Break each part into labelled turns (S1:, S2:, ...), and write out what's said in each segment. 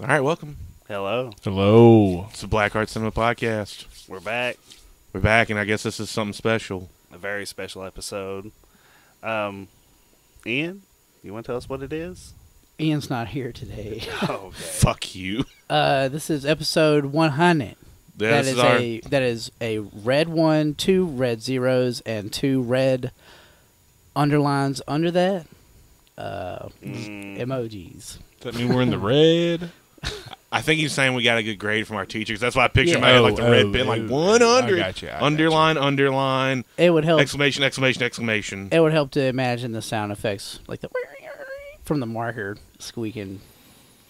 S1: All right, welcome.
S2: Hello,
S3: Hello.
S1: It's the Black Art Cinema Podcast.
S2: we're back.
S1: We're back, and I guess this is something special.
S2: A very special episode. Um, Ian, you want to tell us what it is?
S4: Ian's not here today.
S2: Oh,
S1: Fuck you.
S4: Uh, this is episode 100.
S1: Yeah,
S4: that
S1: this
S4: is,
S1: is our-
S4: a that is a red one, two red zeros, and two red underlines under that. Uh, Emojis.
S3: Does that mean we're in the red?
S1: I think he's saying we got a good grade from our teachers. That's why I picture
S4: Yeah.
S1: him I had, like
S3: Oh,
S1: the red
S3: oh,
S1: bin, like
S3: oh,
S1: one
S3: I
S1: hundred.
S3: gotcha, I gotcha.
S1: underline, underline,
S4: It would help.
S1: exclamation, exclamation, exclamation.
S4: It would help to imagine the sound effects, like the from the marker squeaking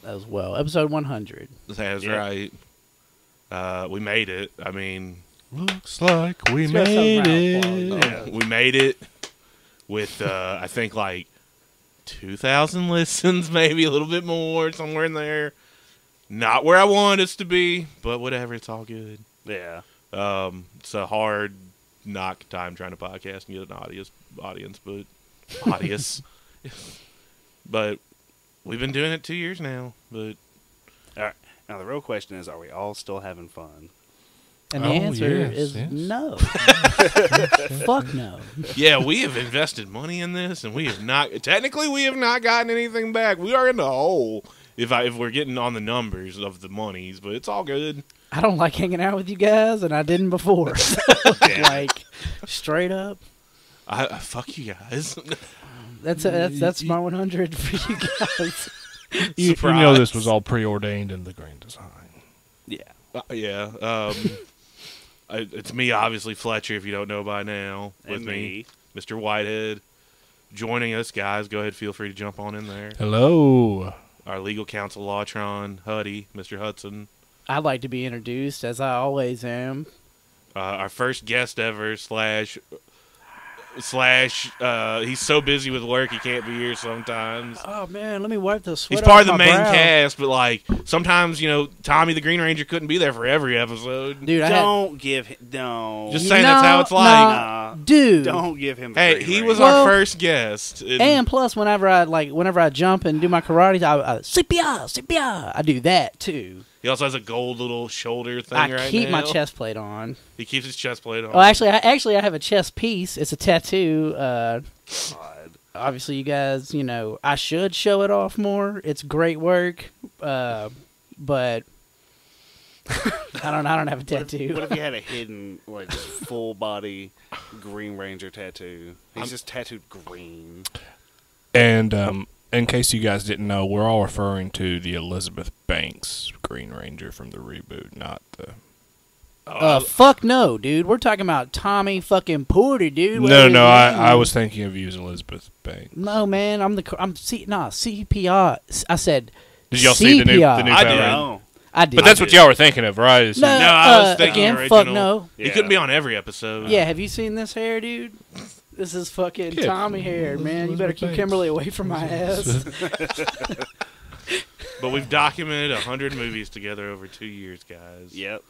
S4: as well. Episode 100.
S1: That's
S2: Yeah.
S1: right. Uh, we made it. I mean,
S3: Looks like we
S4: Let's give
S3: made
S4: ourselves a
S3: it.
S4: round of
S1: uh, we made it with uh, I think like two thousand listens, maybe a little bit more, somewhere in there. Not where I want us to be, but whatever. It's all good.
S2: yeah.
S1: Um, it's a hard knock time trying to podcast and get an audience, audience, but audience. but we've been doing it two years now. But
S2: All right. Now the real question is: Are we all still having fun?
S4: And the
S3: Oh,
S4: answer
S3: yes,
S4: is
S3: yes.
S4: no. Fuck no.
S1: yeah, we have invested money in this, and we have not. Technically, we have not gotten anything back. We are in the hole if I, if we're getting on the numbers of the monies, but it's all good.
S4: I don't like hanging out with you guys, and I didn't before. like straight up,
S1: I, I fuck you guys.
S4: that's that's that's my 100 for you guys.
S3: You, you
S1: Surprise.
S3: know this was all preordained in the grand design.
S2: Yeah.
S1: Uh, yeah. Um, I, it's me, obviously Fletcher. If you don't know by now, with
S2: and
S1: me. Mr. Whitehead joining us, guys. Go ahead, feel free to jump on in there.
S3: Hello.
S1: Our legal counsel, Lawtron, Huddy, Mr. Hudson.
S4: I'd like to be introduced as I always am.
S1: Uh, our first guest ever, slash, slash, uh, he's so busy with work he can't be here sometimes.
S4: Oh man, let me wipe the sweat.
S1: He's part of
S4: off
S1: the
S4: my
S1: main
S4: brow.
S1: cast, but like sometimes, you know, Tommy the Green Ranger couldn't be there for every episode.
S4: dude. I had-
S2: Don't give him. Don't.
S1: Just
S4: You
S1: saying that's how it's
S4: know,
S1: like.
S2: nah.
S4: no, dude.
S2: Don't give him. the
S1: Hey,
S2: free
S1: he
S2: rein.
S1: was
S4: Well-
S1: our first guest. and-
S4: And plus, whenever I like, whenever I jump and do my karate, I, I CPR, CPR. I do that too.
S1: he also has a gold little shoulder thing
S4: I
S1: right
S4: keep my
S1: now.
S4: chest plate on.
S1: He keeps his chest plate on.
S4: Well, actually, I actually I have a chest piece. It's a tattoo. Uh,
S2: God.
S4: obviously you guys you know i should show it off more it's great work uh, but i don't i don't have a
S2: What
S4: tattoo
S2: if he had a hidden, like, full body Green Ranger tattoo? He's
S1: I'm-
S2: just tattooed green.
S3: And um, in case you guys didn't know, we're all referring to the Elizabeth Banks Green Ranger from the reboot, not the.
S4: uh, fuck no dude we're talking about tommy fucking porter dude
S3: No,
S4: whatever
S3: no,
S4: his
S3: I,
S4: name
S3: I
S4: is.
S3: was thinking of you as Elizabeth Banks.
S4: no man i'm the cr- i'm c nah cpr i said
S3: Did y'all see the new,
S4: CPR.
S3: the new
S1: I
S3: Power
S1: did.
S3: Ranger?
S2: No.
S4: i did
S3: But that's what y'all were thinking of, right? Is-
S4: no,
S1: No, I was
S4: uh,
S1: thinking
S4: again
S1: original.
S4: fuck no
S1: He
S2: Yeah.
S1: couldn't be on every episode.
S4: yeah have you seen this hair dude this is fucking
S3: Yeah.
S4: tommy hair man you better keep
S3: Banks.
S4: kimberly away from my ass
S1: But we've documented 100 movies together over two years, guys.
S2: Yep.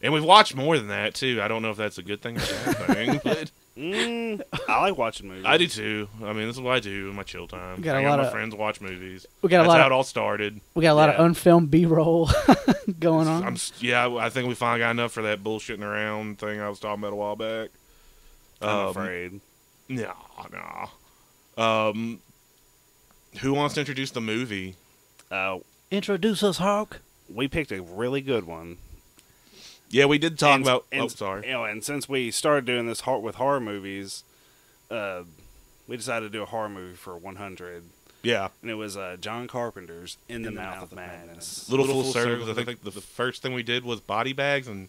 S1: And we've watched more than that, too. I don't know if that's a good thing or a bad thing. but
S2: Mm, I like watching movies.
S1: I do, too. I mean, this is what I do in my chill time.
S4: We got a
S1: Hang out
S4: lot
S1: with my
S4: of-
S1: friends, watch movies.
S4: we got a
S1: that's
S4: lot
S1: how
S4: of
S1: it all started.
S4: We got a lot
S2: Yeah.
S4: of unfilmed B-roll going on.
S1: I'm, s- yeah, I think we finally got enough for that bullshitting around thing I was talking about a while back.
S2: I'm
S1: Um,
S2: afraid.
S1: No, no. Um, who wants to introduce the movie?
S2: Uh,
S4: Introduce us, Hawk.
S2: we picked a really good one.
S1: Yeah, we did talk
S2: And-
S1: about.
S2: and-
S1: oh, sorry.
S2: You know, and since we started doing this hor- with horror movies, uh, we decided to do a horror movie for 100,
S1: Yeah.
S2: and it was uh, John Carpenter's In, the, Mouth, of Madness.
S1: Little, Full, Circles. I think the first thing we did was body bags, and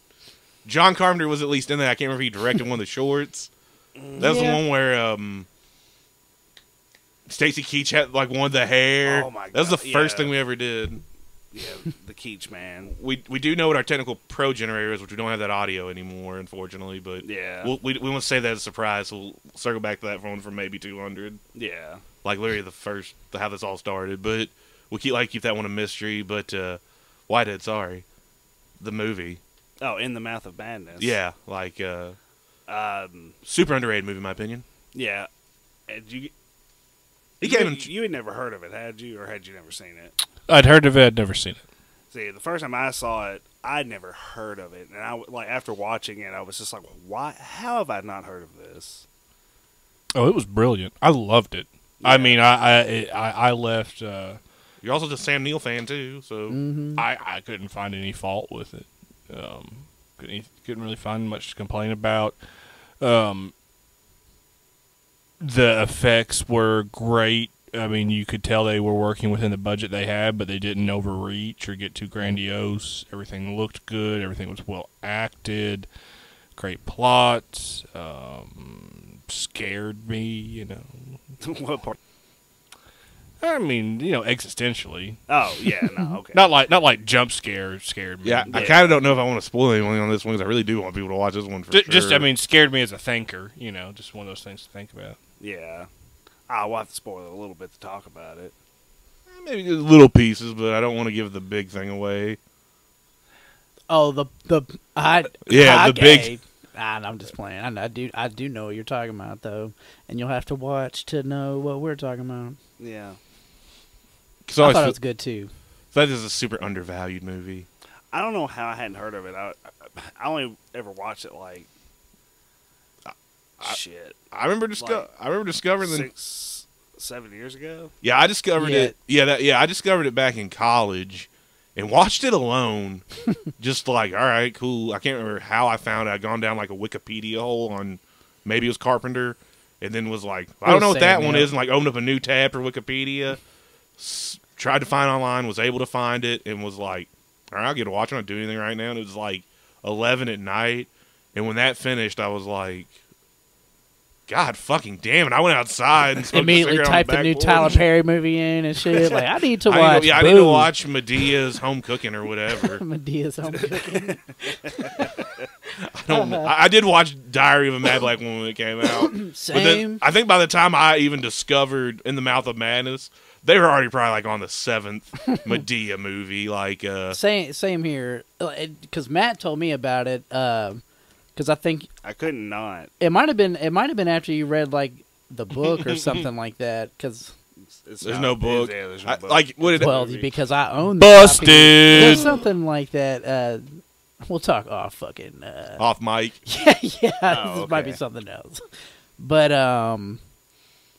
S1: John Carpenter was at least in that. I can't remember if he directed one of the shorts. That was
S4: Yeah.
S1: the one where um, Stacy Keach had like one of the hair.
S2: Oh my
S1: That was the
S2: God,
S1: first
S2: yeah.
S1: thing we ever did.
S2: Yeah, the Keach man.
S1: We we do know what our technical pro generator is, which we don't have that audio anymore, unfortunately. But
S2: Yeah,
S1: we'll, we we want to say that as a surprise. We'll circle back to that one for maybe two hundred.
S2: yeah.
S1: like literally the first how this all started. But we keep like keep that one a mystery. But uh, Whitehead, sorry, the movie,
S2: Oh, In the Mouth of Madness.
S1: yeah, like uh,
S2: Um,
S1: super underrated movie in my opinion.
S2: yeah. And you,
S1: He
S2: you,
S1: came
S2: you,
S1: in-
S2: had never heard of it, had you, or had you never seen it?
S3: I'd heard of it, I'd never seen it.
S2: See, the first time I saw it, I'd never heard of it, and I w- like after watching it, I was just like, "Why? How have I not heard of this?"
S3: Oh, it was brilliant. I loved it. I
S2: Yeah.
S3: mean, I I it, I, I left. Uh,
S1: You're also just a Sam Neill fan too, so
S4: hmm
S3: I I couldn't find any fault with it. Um, couldn't couldn't really find much to complain about. Um, the effects were great. I mean, you could tell they were working within the budget they had, but they didn't overreach or get too grandiose. Everything looked good. Everything was well acted. Great plot. Um, scared me, you know.
S2: what part?
S3: I mean, you know, existentially.
S2: Oh yeah, no, okay.
S3: Not like not like jump scare scared me.
S1: yeah, I
S2: Yeah.
S1: kind of don't know if I want to spoil anything on this one because I really do want people to watch this one for
S3: Ju- Just,
S1: sure.
S3: I mean, scared me as a thinker. You know, just one of those things to think about.
S2: Yeah, I will have to spoil it a little bit to talk about it.
S1: Eh, maybe just little pieces, but I don't want to give the big thing away.
S4: Oh, the the I
S1: Yeah, the big-
S4: okay. Nah, I'm just playing. I, know- I do I do know what you're talking about though, and you'll have to watch to know what we're talking about.
S2: Yeah,
S1: Because I
S4: I
S1: always
S4: thought it
S1: feel,
S4: was good too.
S1: feel like this is a super undervalued movie.
S2: I don't know how I hadn't heard of it. I I only ever watched it like
S1: I-
S2: shit
S1: I remember disco-
S2: Like,
S1: I remember discovering the
S2: six seven years ago.
S1: Yeah, I discovered
S4: Yeah.
S1: it. Yeah, that, yeah, I discovered it back in college, and watched it alone. just like, all right, cool. I can't remember how I found. it. I'd gone down like a Wikipedia hole on maybe it was Carpenter, and then was like, I don't
S4: Oh,
S1: know what that
S4: Sam,
S1: one
S4: yeah.
S1: is, and like opened up a new tab for Wikipedia. S- tried to find online, was able to find it, and was like, all right, I'll get a watch. I'm not doing anything right now. And it was like eleven at night, and when that finished, I was like. God fucking damn it! I went outside and smoked a
S4: Immediately
S1: cigarette on
S4: typed the
S1: back
S4: new
S1: porch.
S4: Tyler Perry movie in and shit. Like I need to watch.
S1: I need to, yeah, I need to
S4: Boom.
S1: watch Medea's home cooking or whatever.
S4: Medea's Home Cooking.
S1: I don't. know. I, I did watch Diary of a Mad Black Woman when it came out. But then
S4: Same.
S1: I think by the time I even discovered In the Mouth of Madness, they were already probably like on the seventh Medea movie. Like, uh,
S4: same same here because matt told me about it because i think
S2: I couldn't not.
S4: it might have been it might have been after you read like the book or something like that because
S2: It's, it's
S1: there's
S2: not-
S1: no
S2: it's-
S1: book.
S2: yeah, there's no
S1: I-
S2: book.
S1: like, what did?
S4: well
S2: movie.
S4: because i own the copy.
S3: Busted.
S4: there's something like that uh we'll talk oh fucking uh
S1: off mic.
S4: yeah yeah
S2: Oh,
S4: this might be
S2: okay.
S4: something else but um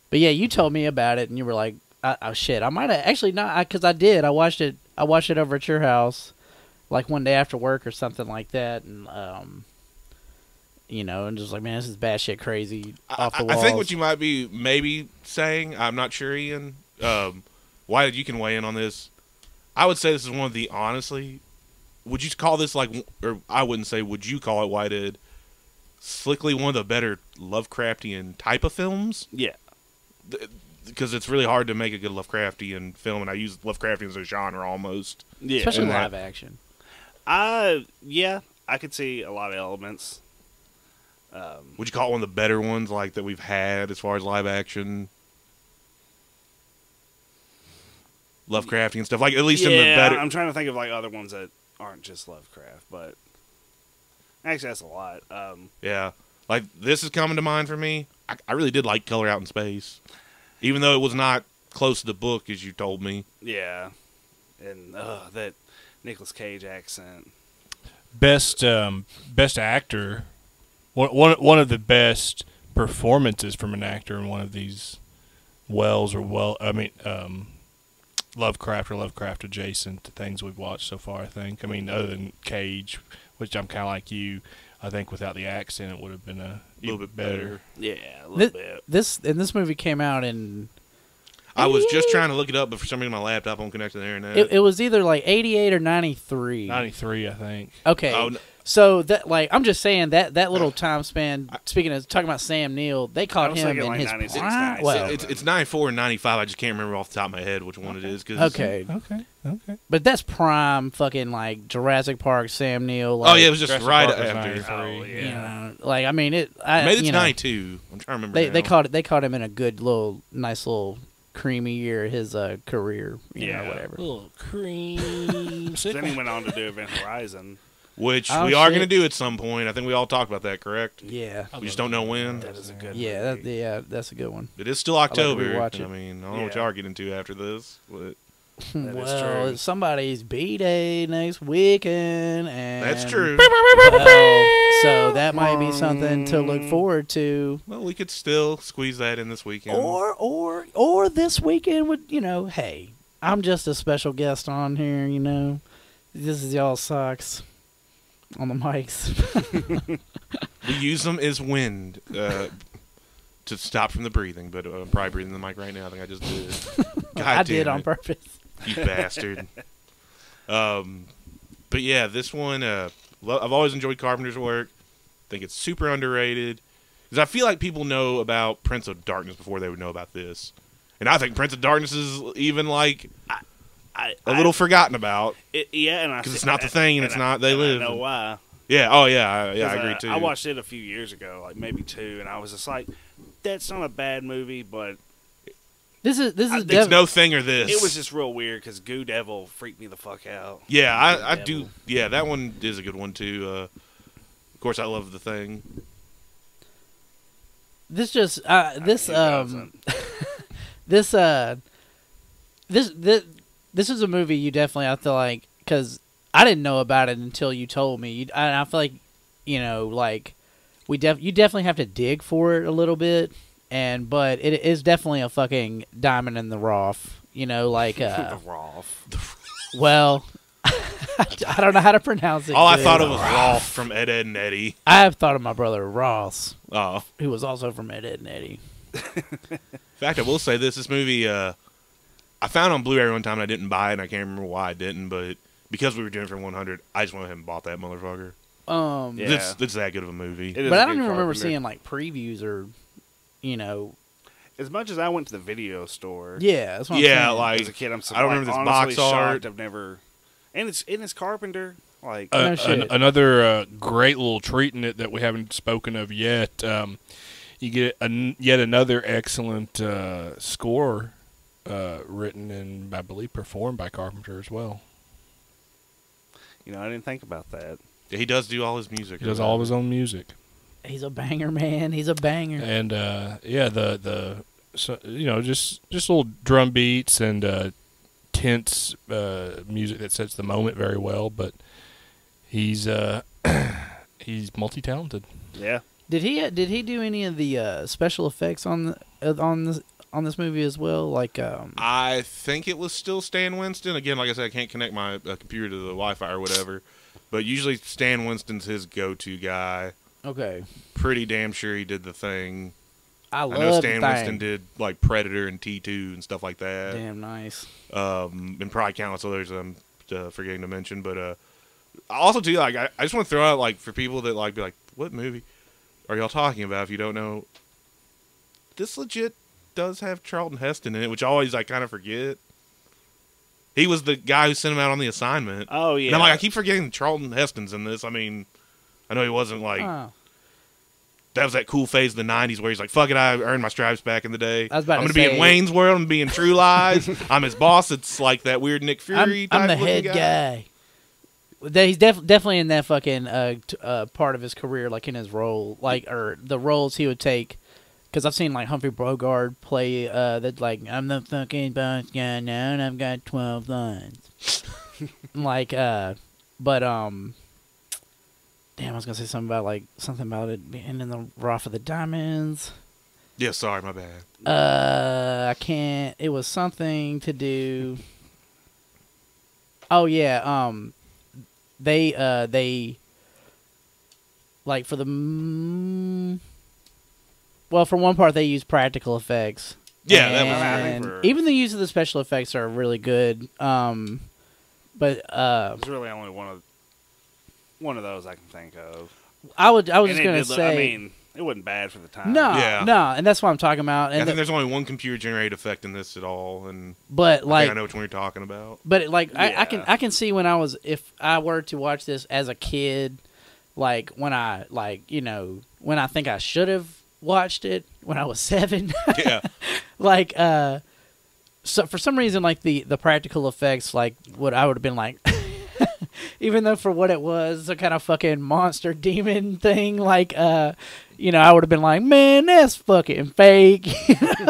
S4: but yeah you told me about it and you were like I, oh shit i might have actually not because I did i watched it i watched it over at your house like one day after work or something like that, and um, you know, and just like, man, this is bad shit, crazy
S1: I,
S4: off the
S1: I
S4: walls.
S1: think what you might be maybe saying, I'm not sure, Ian. Um, why did you can weigh in on this? I would say this is one of the honestly. Would you call this like, or I wouldn't say would you call it? Why did slickly one of the better Lovecraftian type of films?
S2: yeah,
S1: Because it's really hard to make a good Lovecraftian film, and I use Lovecraftian as a genre almost.
S2: yeah.
S4: especially
S1: Yeah.
S4: live action.
S2: I yeah, I could see a lot of elements. Um,
S1: Would you call it one of the better ones like that we've had as far as live action? Lovecraftian stuff, like at least in the
S2: yeah,
S1: better.
S2: I'm trying to think of like other ones that aren't just Lovecraft, but actually that's a lot. Um,
S1: Yeah. Like this is coming to mind for me. I, I really did like Color Out in Space, even though it was not close to the book as you told me.
S2: yeah, and uh, that Nicolas Cage accent.
S3: Best um, best actor. One, one one of the best performances from an actor in one of these Wells or well I mean um, Lovecraft or Lovecraft adjacent things we've watched so far. I think. I mean, other than Cage, which I'm kind of like you. I think without the accent, it would have been a
S1: Little
S3: even
S1: bit better.
S2: Yeah, a little
S4: This,
S2: bit.
S4: this and this movie came out in
S1: I was just trying to look it up, but for some reason my laptop won't connect to the internet.
S4: it, it was either like eighty eight or ninety three.
S3: Ninety three, I think.
S4: Okay,
S1: Oh, no.
S4: so that like I'm just saying that that little time span. Speaking of talking about Sam Neill, they
S2: I
S4: caught
S2: was
S4: him
S2: thinking
S4: in
S2: like
S4: his
S2: 96,
S4: prime.
S2: 97.
S4: Well,
S1: it's it's 94 and 95. I just can't remember off the top of my head which one it is. 'cause-
S4: okay,
S3: Okay. Okay.
S4: but that's prime fucking like Jurassic Park, Sam Neill.
S1: Oh
S4: Like,
S1: yeah, it was just
S3: Jurassic
S1: right
S3: Park was
S1: after.
S3: 95.
S2: Oh
S3: Three.
S4: you
S2: yeah,
S4: know, like I mean it. I,
S1: Maybe it's
S4: you know,
S1: 92. I'm trying to remember.
S4: they they
S1: now.
S4: caught it they caught him in a good little nice little creamy year of his uh career you
S2: Yeah.
S4: know whatever
S3: Little cream.
S2: then he went on to do Event Horizon.
S1: which
S4: Oh,
S1: we are
S4: shit.
S1: going to do at some point. I think we all talked about that, correct?
S4: yeah
S1: We just don't know when.
S2: That is a good.
S4: yeah that,
S2: movie.
S4: yeah that's a good one
S1: It is still
S4: to
S1: October.
S4: rewatch
S1: I
S4: it.
S1: mean, I don't know what
S2: Yeah.
S1: y'all are getting to after this, but
S2: That is
S4: well,
S2: true.
S4: it's somebody's B day next weekend, and
S1: That's true.
S4: well, so that might be something to look forward to.
S1: Well, we could still squeeze that in this weekend.
S4: Or or or this weekend would you know? Hey, I'm just a special guest on here. You know, this is y'all socks on the mics.
S1: we use them as wind uh, to stop from the breathing, but uh, I'm probably breathing in the mic right now. I think I just did. God
S4: I
S1: damn
S4: did on
S1: it.
S4: purpose.
S1: you bastard. Um, but yeah, this one uh, lo- I've always enjoyed Carpenter's work. think it's super underrated because I feel like people know about Prince of Darkness before they would know about this, and I think Prince of Darkness is even like
S2: I,
S1: a
S2: I-
S1: little forgotten about.
S2: it- yeah, and I
S1: 'Cause it's
S2: thi-
S1: not the thing and it's not They
S2: I
S1: Live.
S2: know why.
S1: Yeah. Oh yeah. I, yeah. I
S2: 'Cause,
S1: agree
S2: uh,
S1: too.
S2: I watched it a few years ago, like maybe two, and I was just like, "That's not a bad movie," but
S4: This is this
S2: I-
S4: is
S1: It's
S4: dev-
S1: no thing or this.
S2: it was just real weird because Goo Devil freaked me the fuck out.
S1: Yeah, I, I
S4: Daredevil.
S1: do. Yeah, that one is a good one too. Uh, of course, I love the thing.
S4: this just uh, this
S2: It
S4: um
S2: doesn't.
S4: this uh this this this is a movie you definitely I feel like because I didn't know about it until you told me. You, and I feel like you know like we def you definitely have to dig for it a little bit and but it is definitely a fucking diamond in the rough. You know like uh
S2: the Rolf.
S4: well. I don't know how to pronounce it.
S1: All I
S4: dude.
S1: thought of was Rolf from Ed, Ed and Eddie.
S4: I have thought of my brother Ross,
S1: Oh, in
S4: who was also from Ed, Ed and Eddie.
S1: fact, I will say this: this movie, uh, I found on Blu-ray one time and I didn't buy it, and I can't remember why I didn't, but because we were doing it for 100, I just went ahead and bought that motherfucker.
S4: Um,
S2: Yeah.
S1: It's, it's that good of a movie.
S2: It is
S4: but
S2: a
S4: I don't
S2: good
S4: even remember
S2: Carpenter.
S4: seeing like previews or, you know,
S2: As much as I went to the video store,
S4: yeah, that's what I'm
S1: yeah,
S4: saying.
S1: like
S2: as a kid, I'm so,
S1: I don't
S2: like,
S1: remember this
S2: honestly
S1: box art. Oh,
S2: shocked I've never, and it's and it's Carpenter. Like
S4: No
S3: Uh, an,
S4: shit.
S3: another uh, great little treat in it that we haven't spoken of yet. Um, you get an, yet another excellent uh, score uh, written and I believe performed by Carpenter as well.
S2: you know, I didn't think about that.
S1: he does do all his music.
S3: He does all of his own music,
S4: he's a banger, man. He's a banger.
S3: and uh, yeah, the the so, you know just just little drum beats and uh, tense uh, music that sets the moment very well. But he's uh, he's multi talented.
S2: Yeah,
S4: Did he uh, did he do any of the uh, special effects on the, uh, on this on this movie as well? Like, um,
S1: I think it was still Stan Winston. Again, like I said, I can't connect my uh, computer to the Wi-Fi or whatever. But usually, Stan Winston's his go-to guy.
S4: okay,
S1: Pretty damn sure he did the thing.
S4: I
S1: I
S4: love
S1: know Stan
S4: the thing.
S1: Winston did like Predator and T2 and stuff like that.
S4: Damn nice.
S1: Um, and probably countless others I'm uh, forgetting to mention. But uh, also too, like I, I just want to throw out like for people that like be like, what movie are y'all talking about? If you don't know, this legit does have Charlton Heston in it, which always I kind of forget. He was the guy who sent him out on the assignment.
S2: oh yeah.
S1: And I'm like, I keep forgetting Charlton Heston's in this. I mean, I know he wasn't like
S4: oh,
S1: that was that cool phase of the '90s where he's like, "Fuck it, I earned my stripes back in the day.
S4: I was about
S1: I'm
S4: to
S1: gonna be
S4: say-
S1: in Wayne's World. I'm being True Lies. I'm his boss. It's like that weird Nick
S4: I'm,
S1: Fury. type
S4: I'm the
S1: looking
S4: head guy. That he's def- definitely in that fucking uh, t- uh, part of his career, like in his role, like or the roles he would take. Because I've seen like Humphrey Bogart play uh, that, like I'm the fucking boss guy now, and I've got twelve lines. like, uh, but um, damn, I was gonna say something about like something about it being in the rough of the diamonds.
S1: Yeah, sorry, my bad.
S4: Uh, I can't. It was something to do. Oh yeah. Um, they uh they like for the mm, well for one part they use practical effects.
S1: Yeah, that was
S2: I
S4: and
S2: think for-
S4: even the use of the special effects are really good. Um, but uh,
S2: There's really only one of one of those I can think of.
S4: I would I was
S2: And
S4: just
S2: it
S4: gonna
S2: did look-
S4: say
S2: I mean, it wasn't bad for the time.
S4: no
S1: Yeah.
S4: no, and that's what I'm talking about.
S1: I
S4: And
S1: think
S4: the-
S1: there's only one computer generated effect in this at all, and
S4: but
S1: I,
S4: like
S1: think I know which one you're talking about.
S4: But it, like I, I can
S2: Yeah.
S4: I can see when I was if I were to watch this as a kid, like when I like you know when I think I should have watched it when I was seven,
S1: Yeah,
S4: like uh, so for some reason like the the practical effects like what I would have been like, even though for what it was a kind of fucking monster demon thing like uh, you know I would have been like man that's fucking fake,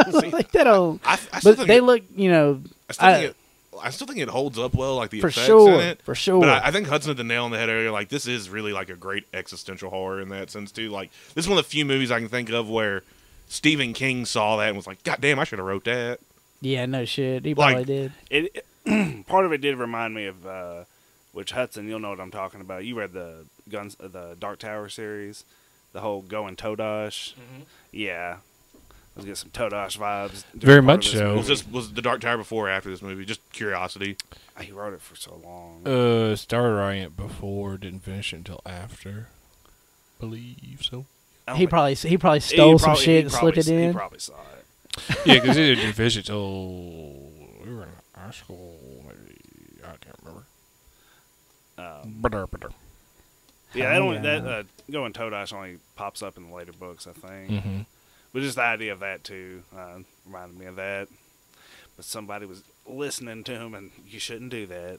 S4: like that don't.
S1: I, I still
S4: But
S1: think
S4: they
S1: it-
S4: look, you know,
S1: I still
S4: I-
S1: think it, I still think it holds up well, like the
S4: for
S1: effects in
S4: sure,
S1: it.
S4: for sure.
S1: But I, I think Hudson hit the nail on the head earlier. Like this is really like a great existential horror in that sense too. Like this is one of the few movies I can think of where Stephen King saw that and was like, "God damn, I should have wrote that."
S4: yeah, no shit. He
S1: Like-
S4: probably did.
S2: It, part of it did remind me of uh, which Hudson. You'll know what I'm talking about. You read the guns, uh, the Dark Tower series, the whole going Todash.
S1: Mm-hmm.
S2: Yeah, let's get some Todash vibes. during
S3: Very
S2: part
S3: much
S2: of this
S3: so.
S2: movie.
S1: Was this was the Dark Tower before or after this movie? Just curiosity.
S2: Ah, He wrote it for so long.
S3: Uh, started writing it before, didn't finish it until after. Believe so.
S2: I don't
S4: He
S2: think-
S4: probably he probably
S2: Oh he
S4: stole some
S2: probably- he
S4: shit and
S2: probably
S4: slipped it
S2: s- He
S4: in.
S2: probably saw it.
S3: Yeah, because it didn't finish it till we were in high school. Maybe I can't remember.
S2: Um,
S3: Ba-da, ba-da.
S2: yeah, that
S4: Oh,
S2: only
S4: yeah.
S2: that uh, going Todash only pops up in the later books, I think.
S3: Mhm.
S2: But just the idea of that too uh, reminded me of that. But somebody was listening to him, and you shouldn't do that.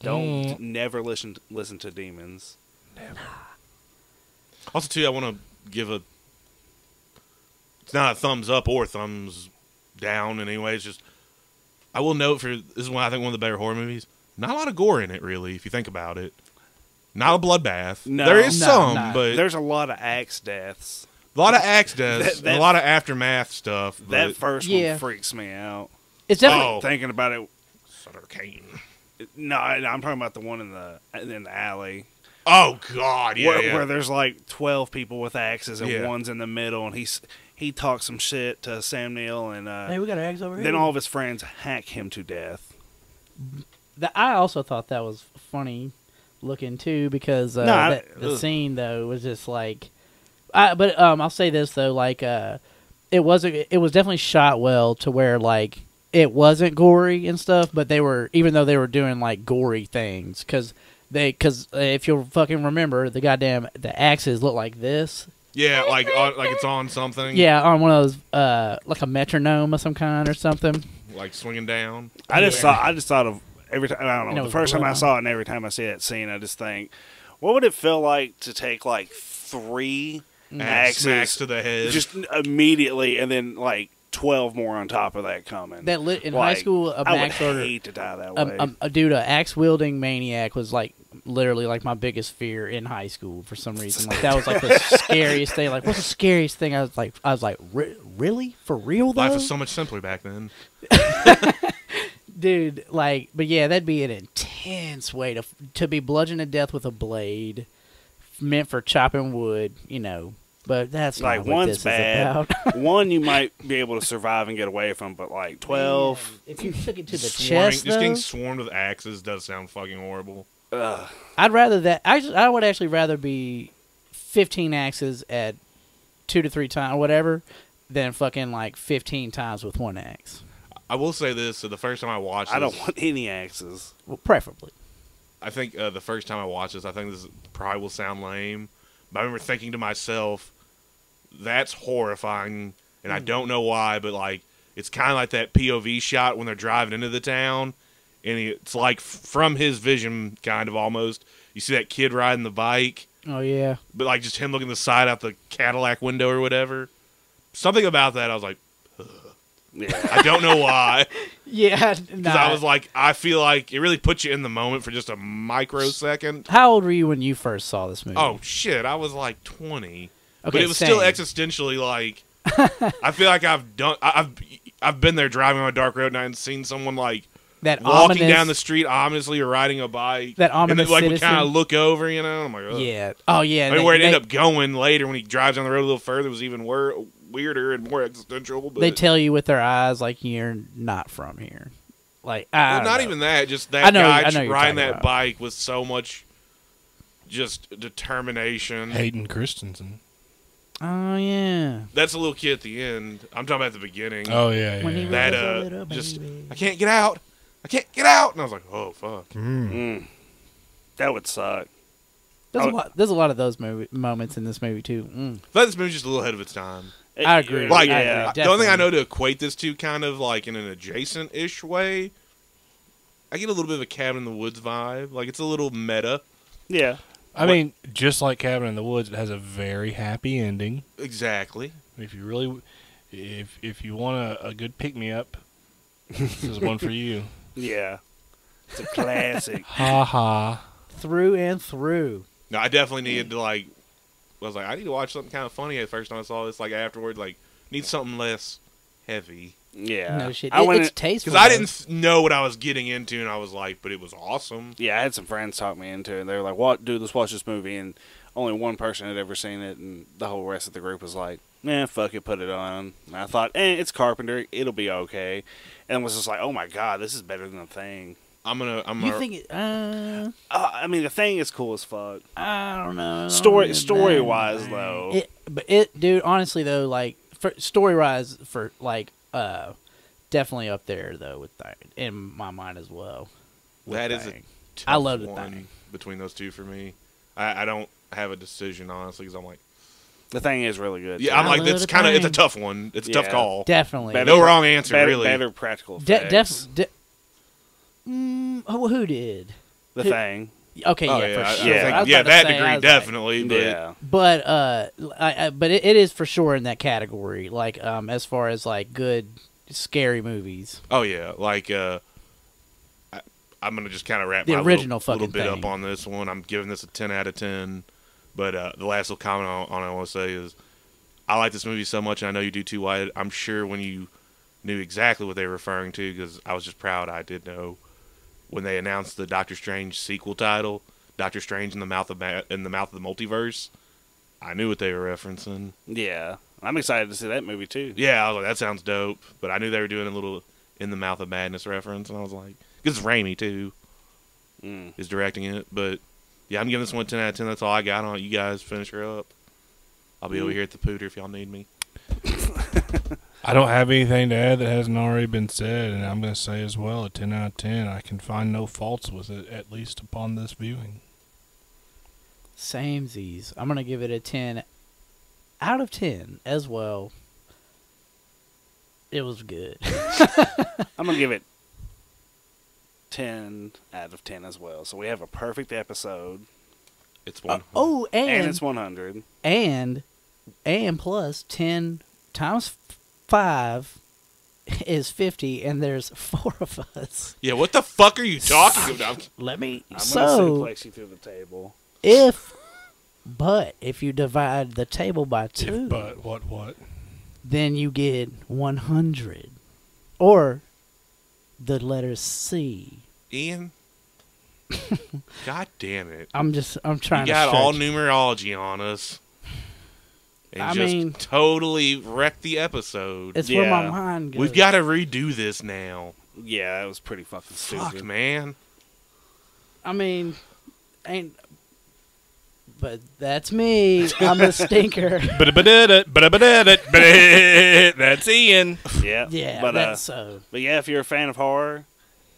S2: Don't
S3: Mm.
S2: never listen listen to demons.
S1: Also, too, I want to give a. It's not a thumbs up or thumbs down in any way. It's just I will note for this is why I think one of the better horror movies. Not a lot of gore in it, really, if you think about it. Not a bloodbath.
S2: No.
S1: there is
S4: No,
S1: some,
S4: not.
S1: but
S2: There's a lot of axe deaths.
S1: a lot of axe deaths,
S2: That- that-
S1: and a lot of aftermath stuff.
S2: That
S1: But,
S2: first
S4: Yeah.
S2: one freaks me out.
S4: It's definitely
S1: Oh.
S2: Thinking about it,
S1: Sutter Kane.
S2: it- no, I- I'm talking about the one in the in the alley
S1: Oh God, yeah,
S2: where,
S1: yeah.
S2: where there's like twelve people with axes and
S1: Yeah.
S2: one's in the middle, and he's he talks some shit to Sam Neill, and uh,
S4: hey, we got our eggs over here.
S2: then all of his friends hack him to death.
S4: The- I also thought that was funny looking too because uh,
S2: No, I-
S4: that, the
S2: ugh.
S4: scene though was just like, I, but um, I'll say this though, like uh, it wasn't. It was definitely shot well to where like it wasn't gory and stuff, but they were even though they were doing like gory things because they because if you'll fucking remember the goddamn the axes look like this
S1: yeah, like on, like it's on something.
S4: yeah on one of those uh like a metronome of some kind or something
S1: like swinging down.
S2: I just
S4: Yeah.
S2: saw. I just thought of every time. I don't
S4: And it
S2: know. The
S4: was
S2: first time I
S4: blood.
S2: saw it, and every time I see that scene, I just think, what would it feel like to take like three
S1: Axe smacks
S2: axes,
S1: to the head.
S2: just immediately, and then like twelve more on top of that coming?
S4: that lit in
S2: Like,
S4: high school a
S2: I would
S4: max order
S2: hate to die that way.
S4: um, um, a dude, an axe wielding maniac was like literally like my biggest fear in high school for some reason. Like that was like the scariest thing. Like what's the scariest thing? I was like, I was like, "Re- really for real though,
S1: Life was so much simpler back then.
S4: dude. Like, but yeah, that'd be an intense way to to be bludgeoned to death with a blade meant for chopping wood, you know. But that's not
S2: like
S4: what
S2: one's
S4: this
S2: bad,
S4: is about.
S2: one you might be able to survive and get away from, but like twelve,
S4: if you took it to the
S1: Swarming-
S4: chest,
S1: just getting
S4: though-
S1: swarmed with axes does sound fucking horrible.
S2: ugh,
S4: I'd rather that. I just, I would actually rather be fifteen axes at two to three times or whatever than fucking like fifteen times with one axe.
S1: I will say this: so the first time I watched, this,
S2: I don't want any axes.
S4: Well, preferably.
S1: I think uh, the first time I watched this, I think this probably will sound lame, but I remember thinking to myself, "That's horrifying," and
S4: Hmm.
S1: I don't know why, but like it's kind of like that POV shot when they're driving into the town, and it's like f- from his vision, kind of almost. You see that kid riding the bike,
S4: Oh yeah.
S1: but like just him looking the side out the Cadillac window or whatever. Something about that, I was like,
S2: Yeah.
S1: I don't know why.
S4: Yeah.
S1: Because I was like, I feel like it really puts you in the moment for just a microsecond.
S4: how old were you when you first saw this movie?
S1: Oh shit, I was like twenty, but
S4: Okay,
S1: it was still
S4: same.
S1: existentially like. I feel like I've done. I- I've I've been there driving on a dark road and I've seen someone like
S4: that
S1: walking
S4: ominous,
S1: down the street ominously or riding a bike.
S4: That
S1: and
S4: ominous
S1: then, like we kind
S4: citizen?
S1: of look over, you know. and I'm like, Ugh.
S4: Yeah. Oh yeah.
S1: I
S4: they-
S1: mean, where it
S4: they,
S1: ended up going later when he drives down the road a little further was even wor- weirder and more existential. But
S4: They tell you with their eyes like you're not from here. Like I
S1: Well,
S4: don't
S1: not
S4: know.
S1: even that. Just
S4: I
S1: that
S4: know- I
S1: guy
S4: know
S1: just
S4: you're
S1: riding
S4: talking
S1: that
S4: about.
S1: bike with so much, just determination.
S3: Hayden Christensen.
S4: Oh yeah.
S1: That's a little kid at the end. I'm talking about the beginning.
S3: Oh yeah, yeah.
S4: When he was
S1: that
S4: a
S1: uh,
S4: little
S1: just
S4: baby.
S1: I can't get out. I can't get out. And I was like, oh fuck.
S3: Mm.
S2: Mm. that would suck.
S4: There's a
S2: Oh.
S4: lot. There's a lot of those movie, moments in this movie too. Mm.
S1: But this movie's just a little ahead of its time.
S4: I agree.
S1: Like,
S4: I agree,
S2: yeah.
S1: the only thing I
S4: definitely.
S1: know to equate this to, kind of like in an adjacent-ish way, I get a little bit of a cabin in the woods vibe. Like it's a little meta.
S2: yeah.
S3: I
S1: What-
S3: mean, just like Cabin in the Woods, it has a very happy ending.
S1: Exactly.
S3: If you really, if if you want a, a good pick me up, this is one for you.
S2: Yeah. It's a classic.
S3: Ha ha.
S4: through and through.
S1: No, I definitely needed to like. I was like, I need to watch something kind of funny at first. Time I saw this, like afterward, like need something less heavy
S2: Yeah.
S4: No shit.
S2: I
S4: It-
S2: went
S4: it's
S2: in-
S4: tasteful.
S1: because I
S4: though.
S1: didn't s- know what I was getting into, and I was like, but it was awesome.
S2: yeah, I had some friends talk me into it. They were like, "What, dude? Let's watch this movie." And only one person had ever seen it, and the whole rest of the group was like, "Nah, fuck it, put it on." And I thought, "Eh, it's Carpenter. It'll be okay." And was just like, "Oh my god, this is better than the thing."
S1: I'm gonna, I'm
S4: You
S1: gonna.
S4: think? It, uh,
S2: Uh, I mean, the thing is cool as fuck.
S4: I don't know.
S2: Story-
S4: It-
S2: story-wise, though.
S4: Oh, It, but it, dude. Honestly, though, like for story wise, for like, uh, definitely up there though with that in my mind as well. with
S1: That is a
S4: Thing.
S1: tough
S4: I love the
S1: one
S4: thing.
S1: between those two for me. I, I don't have a decision honestly because I'm like,
S2: The thing is really good.
S1: yeah,
S2: too.
S1: I'm like,
S4: love
S1: it's
S4: the
S1: kind of, it's a
S4: thing.
S1: tough one. It's a tough
S2: Yeah.
S1: call.
S4: Definitely.
S2: Better-
S1: No wrong answer,
S2: better,
S1: really.
S2: better practical
S4: De-
S2: effects.
S4: def- de- mm, who, who did?
S2: the thing.
S4: Okay,
S1: Oh,
S4: yeah,
S1: yeah,
S4: for
S1: I- I
S4: sure.
S2: Yeah.
S1: think-
S4: I was
S1: yeah,
S4: about to
S1: that
S4: say, I
S1: degree
S4: was like-
S1: definitely. But
S2: Yeah,
S4: but uh, I, I, but it, it is for sure in that category. Like, um, as far as like good scary movies.
S1: Oh yeah, like uh, I, I'm gonna just kind of wrap
S4: The
S1: my
S4: original
S1: little, little
S4: fucking
S1: bit up
S4: thing.
S1: on this one. I'm giving this a 10 out of 10. But uh, the last little comment on, on I want to say is, I like this movie so much, and I know you do too. Wyatt. I'm sure when you knew exactly what they were referring to, because I was just proud I did know when they announced the Doctor Strange sequel title, Doctor Strange in the mouth of Ma- in the mouth of the multiverse. I knew what they were referencing.
S2: yeah. I'm excited to see that movie too.
S1: Yeah, I was like, that sounds dope. But I knew they were doing a little in the mouth of madness reference, and I was like, because Raimi too
S2: Mm.
S1: is directing it. But yeah, I'm giving this one 10 out of 10. That's all I got on it. You guys finish her up. I'll be over here at the pooter if y'all need me.
S3: I don't have anything to add that hasn't already been said, and I'm going to say as well a 10 out of 10. I can find no faults with it, at least upon this viewing.
S4: Samesies. I'm gonna give it a ten out of ten as well. It was good.
S2: I'm gonna give it ten out of ten as well. So we have a perfect episode,
S1: It's one.
S4: oh, and
S2: and,
S4: and,
S2: it's 100.
S4: and plus ten times f- five is fifty, and there's four of us.
S1: Yeah, what the fuck are you talking about?
S4: Let me.
S2: I'm
S4: so
S2: gonna suplex you through the table.
S4: if, but if you divide the table by two,
S3: If, but what, what?
S4: then you get one hundred, or the letter C.
S1: Ian? God damn it.
S4: I'm just I'm
S1: You
S4: trying to
S1: got all
S4: stretch.
S1: numerology on us. And
S4: I
S1: just
S4: mean-
S1: totally wrecked the episode.
S4: It's where my
S2: Yeah.
S4: mind goes.
S1: We've got to redo this now.
S2: Yeah, it was pretty fucking stupid.
S1: Fuck, man.
S4: I mean, ain't. But that's me. I'm a stinker.
S3: That's Ian.
S2: Yeah,
S4: yeah,
S2: But uh,
S4: that's so.
S2: but yeah, if you're a fan of horror,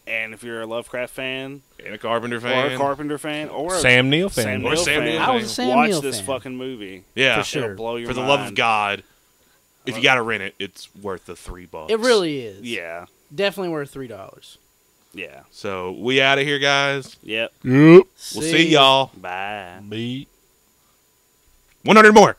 S2: and if you're a Lovecraft fan,
S1: And a Carpenter
S2: or
S1: fan.
S2: a Carpenter fan, or a
S3: Sam Neill fan.
S2: Sam
S1: Or
S2: Neill
S1: Sam
S2: fan,
S1: Neill I was
S4: a fan. Sam
S2: watch
S4: Neill
S2: this
S4: fan.
S2: fucking movie.
S1: yeah.
S4: For sure.
S2: It'll blow your
S1: For the
S2: mind.
S1: love of God, if you got to rent it, it's worth the three bucks.
S4: It really is.
S2: Yeah,
S4: Definitely worth three dollars.
S2: yeah,
S1: So we out of here, guys.
S2: yep.
S3: Yep.
S1: We'll see y'all.
S2: Bye.
S3: Beat.
S1: 100 more.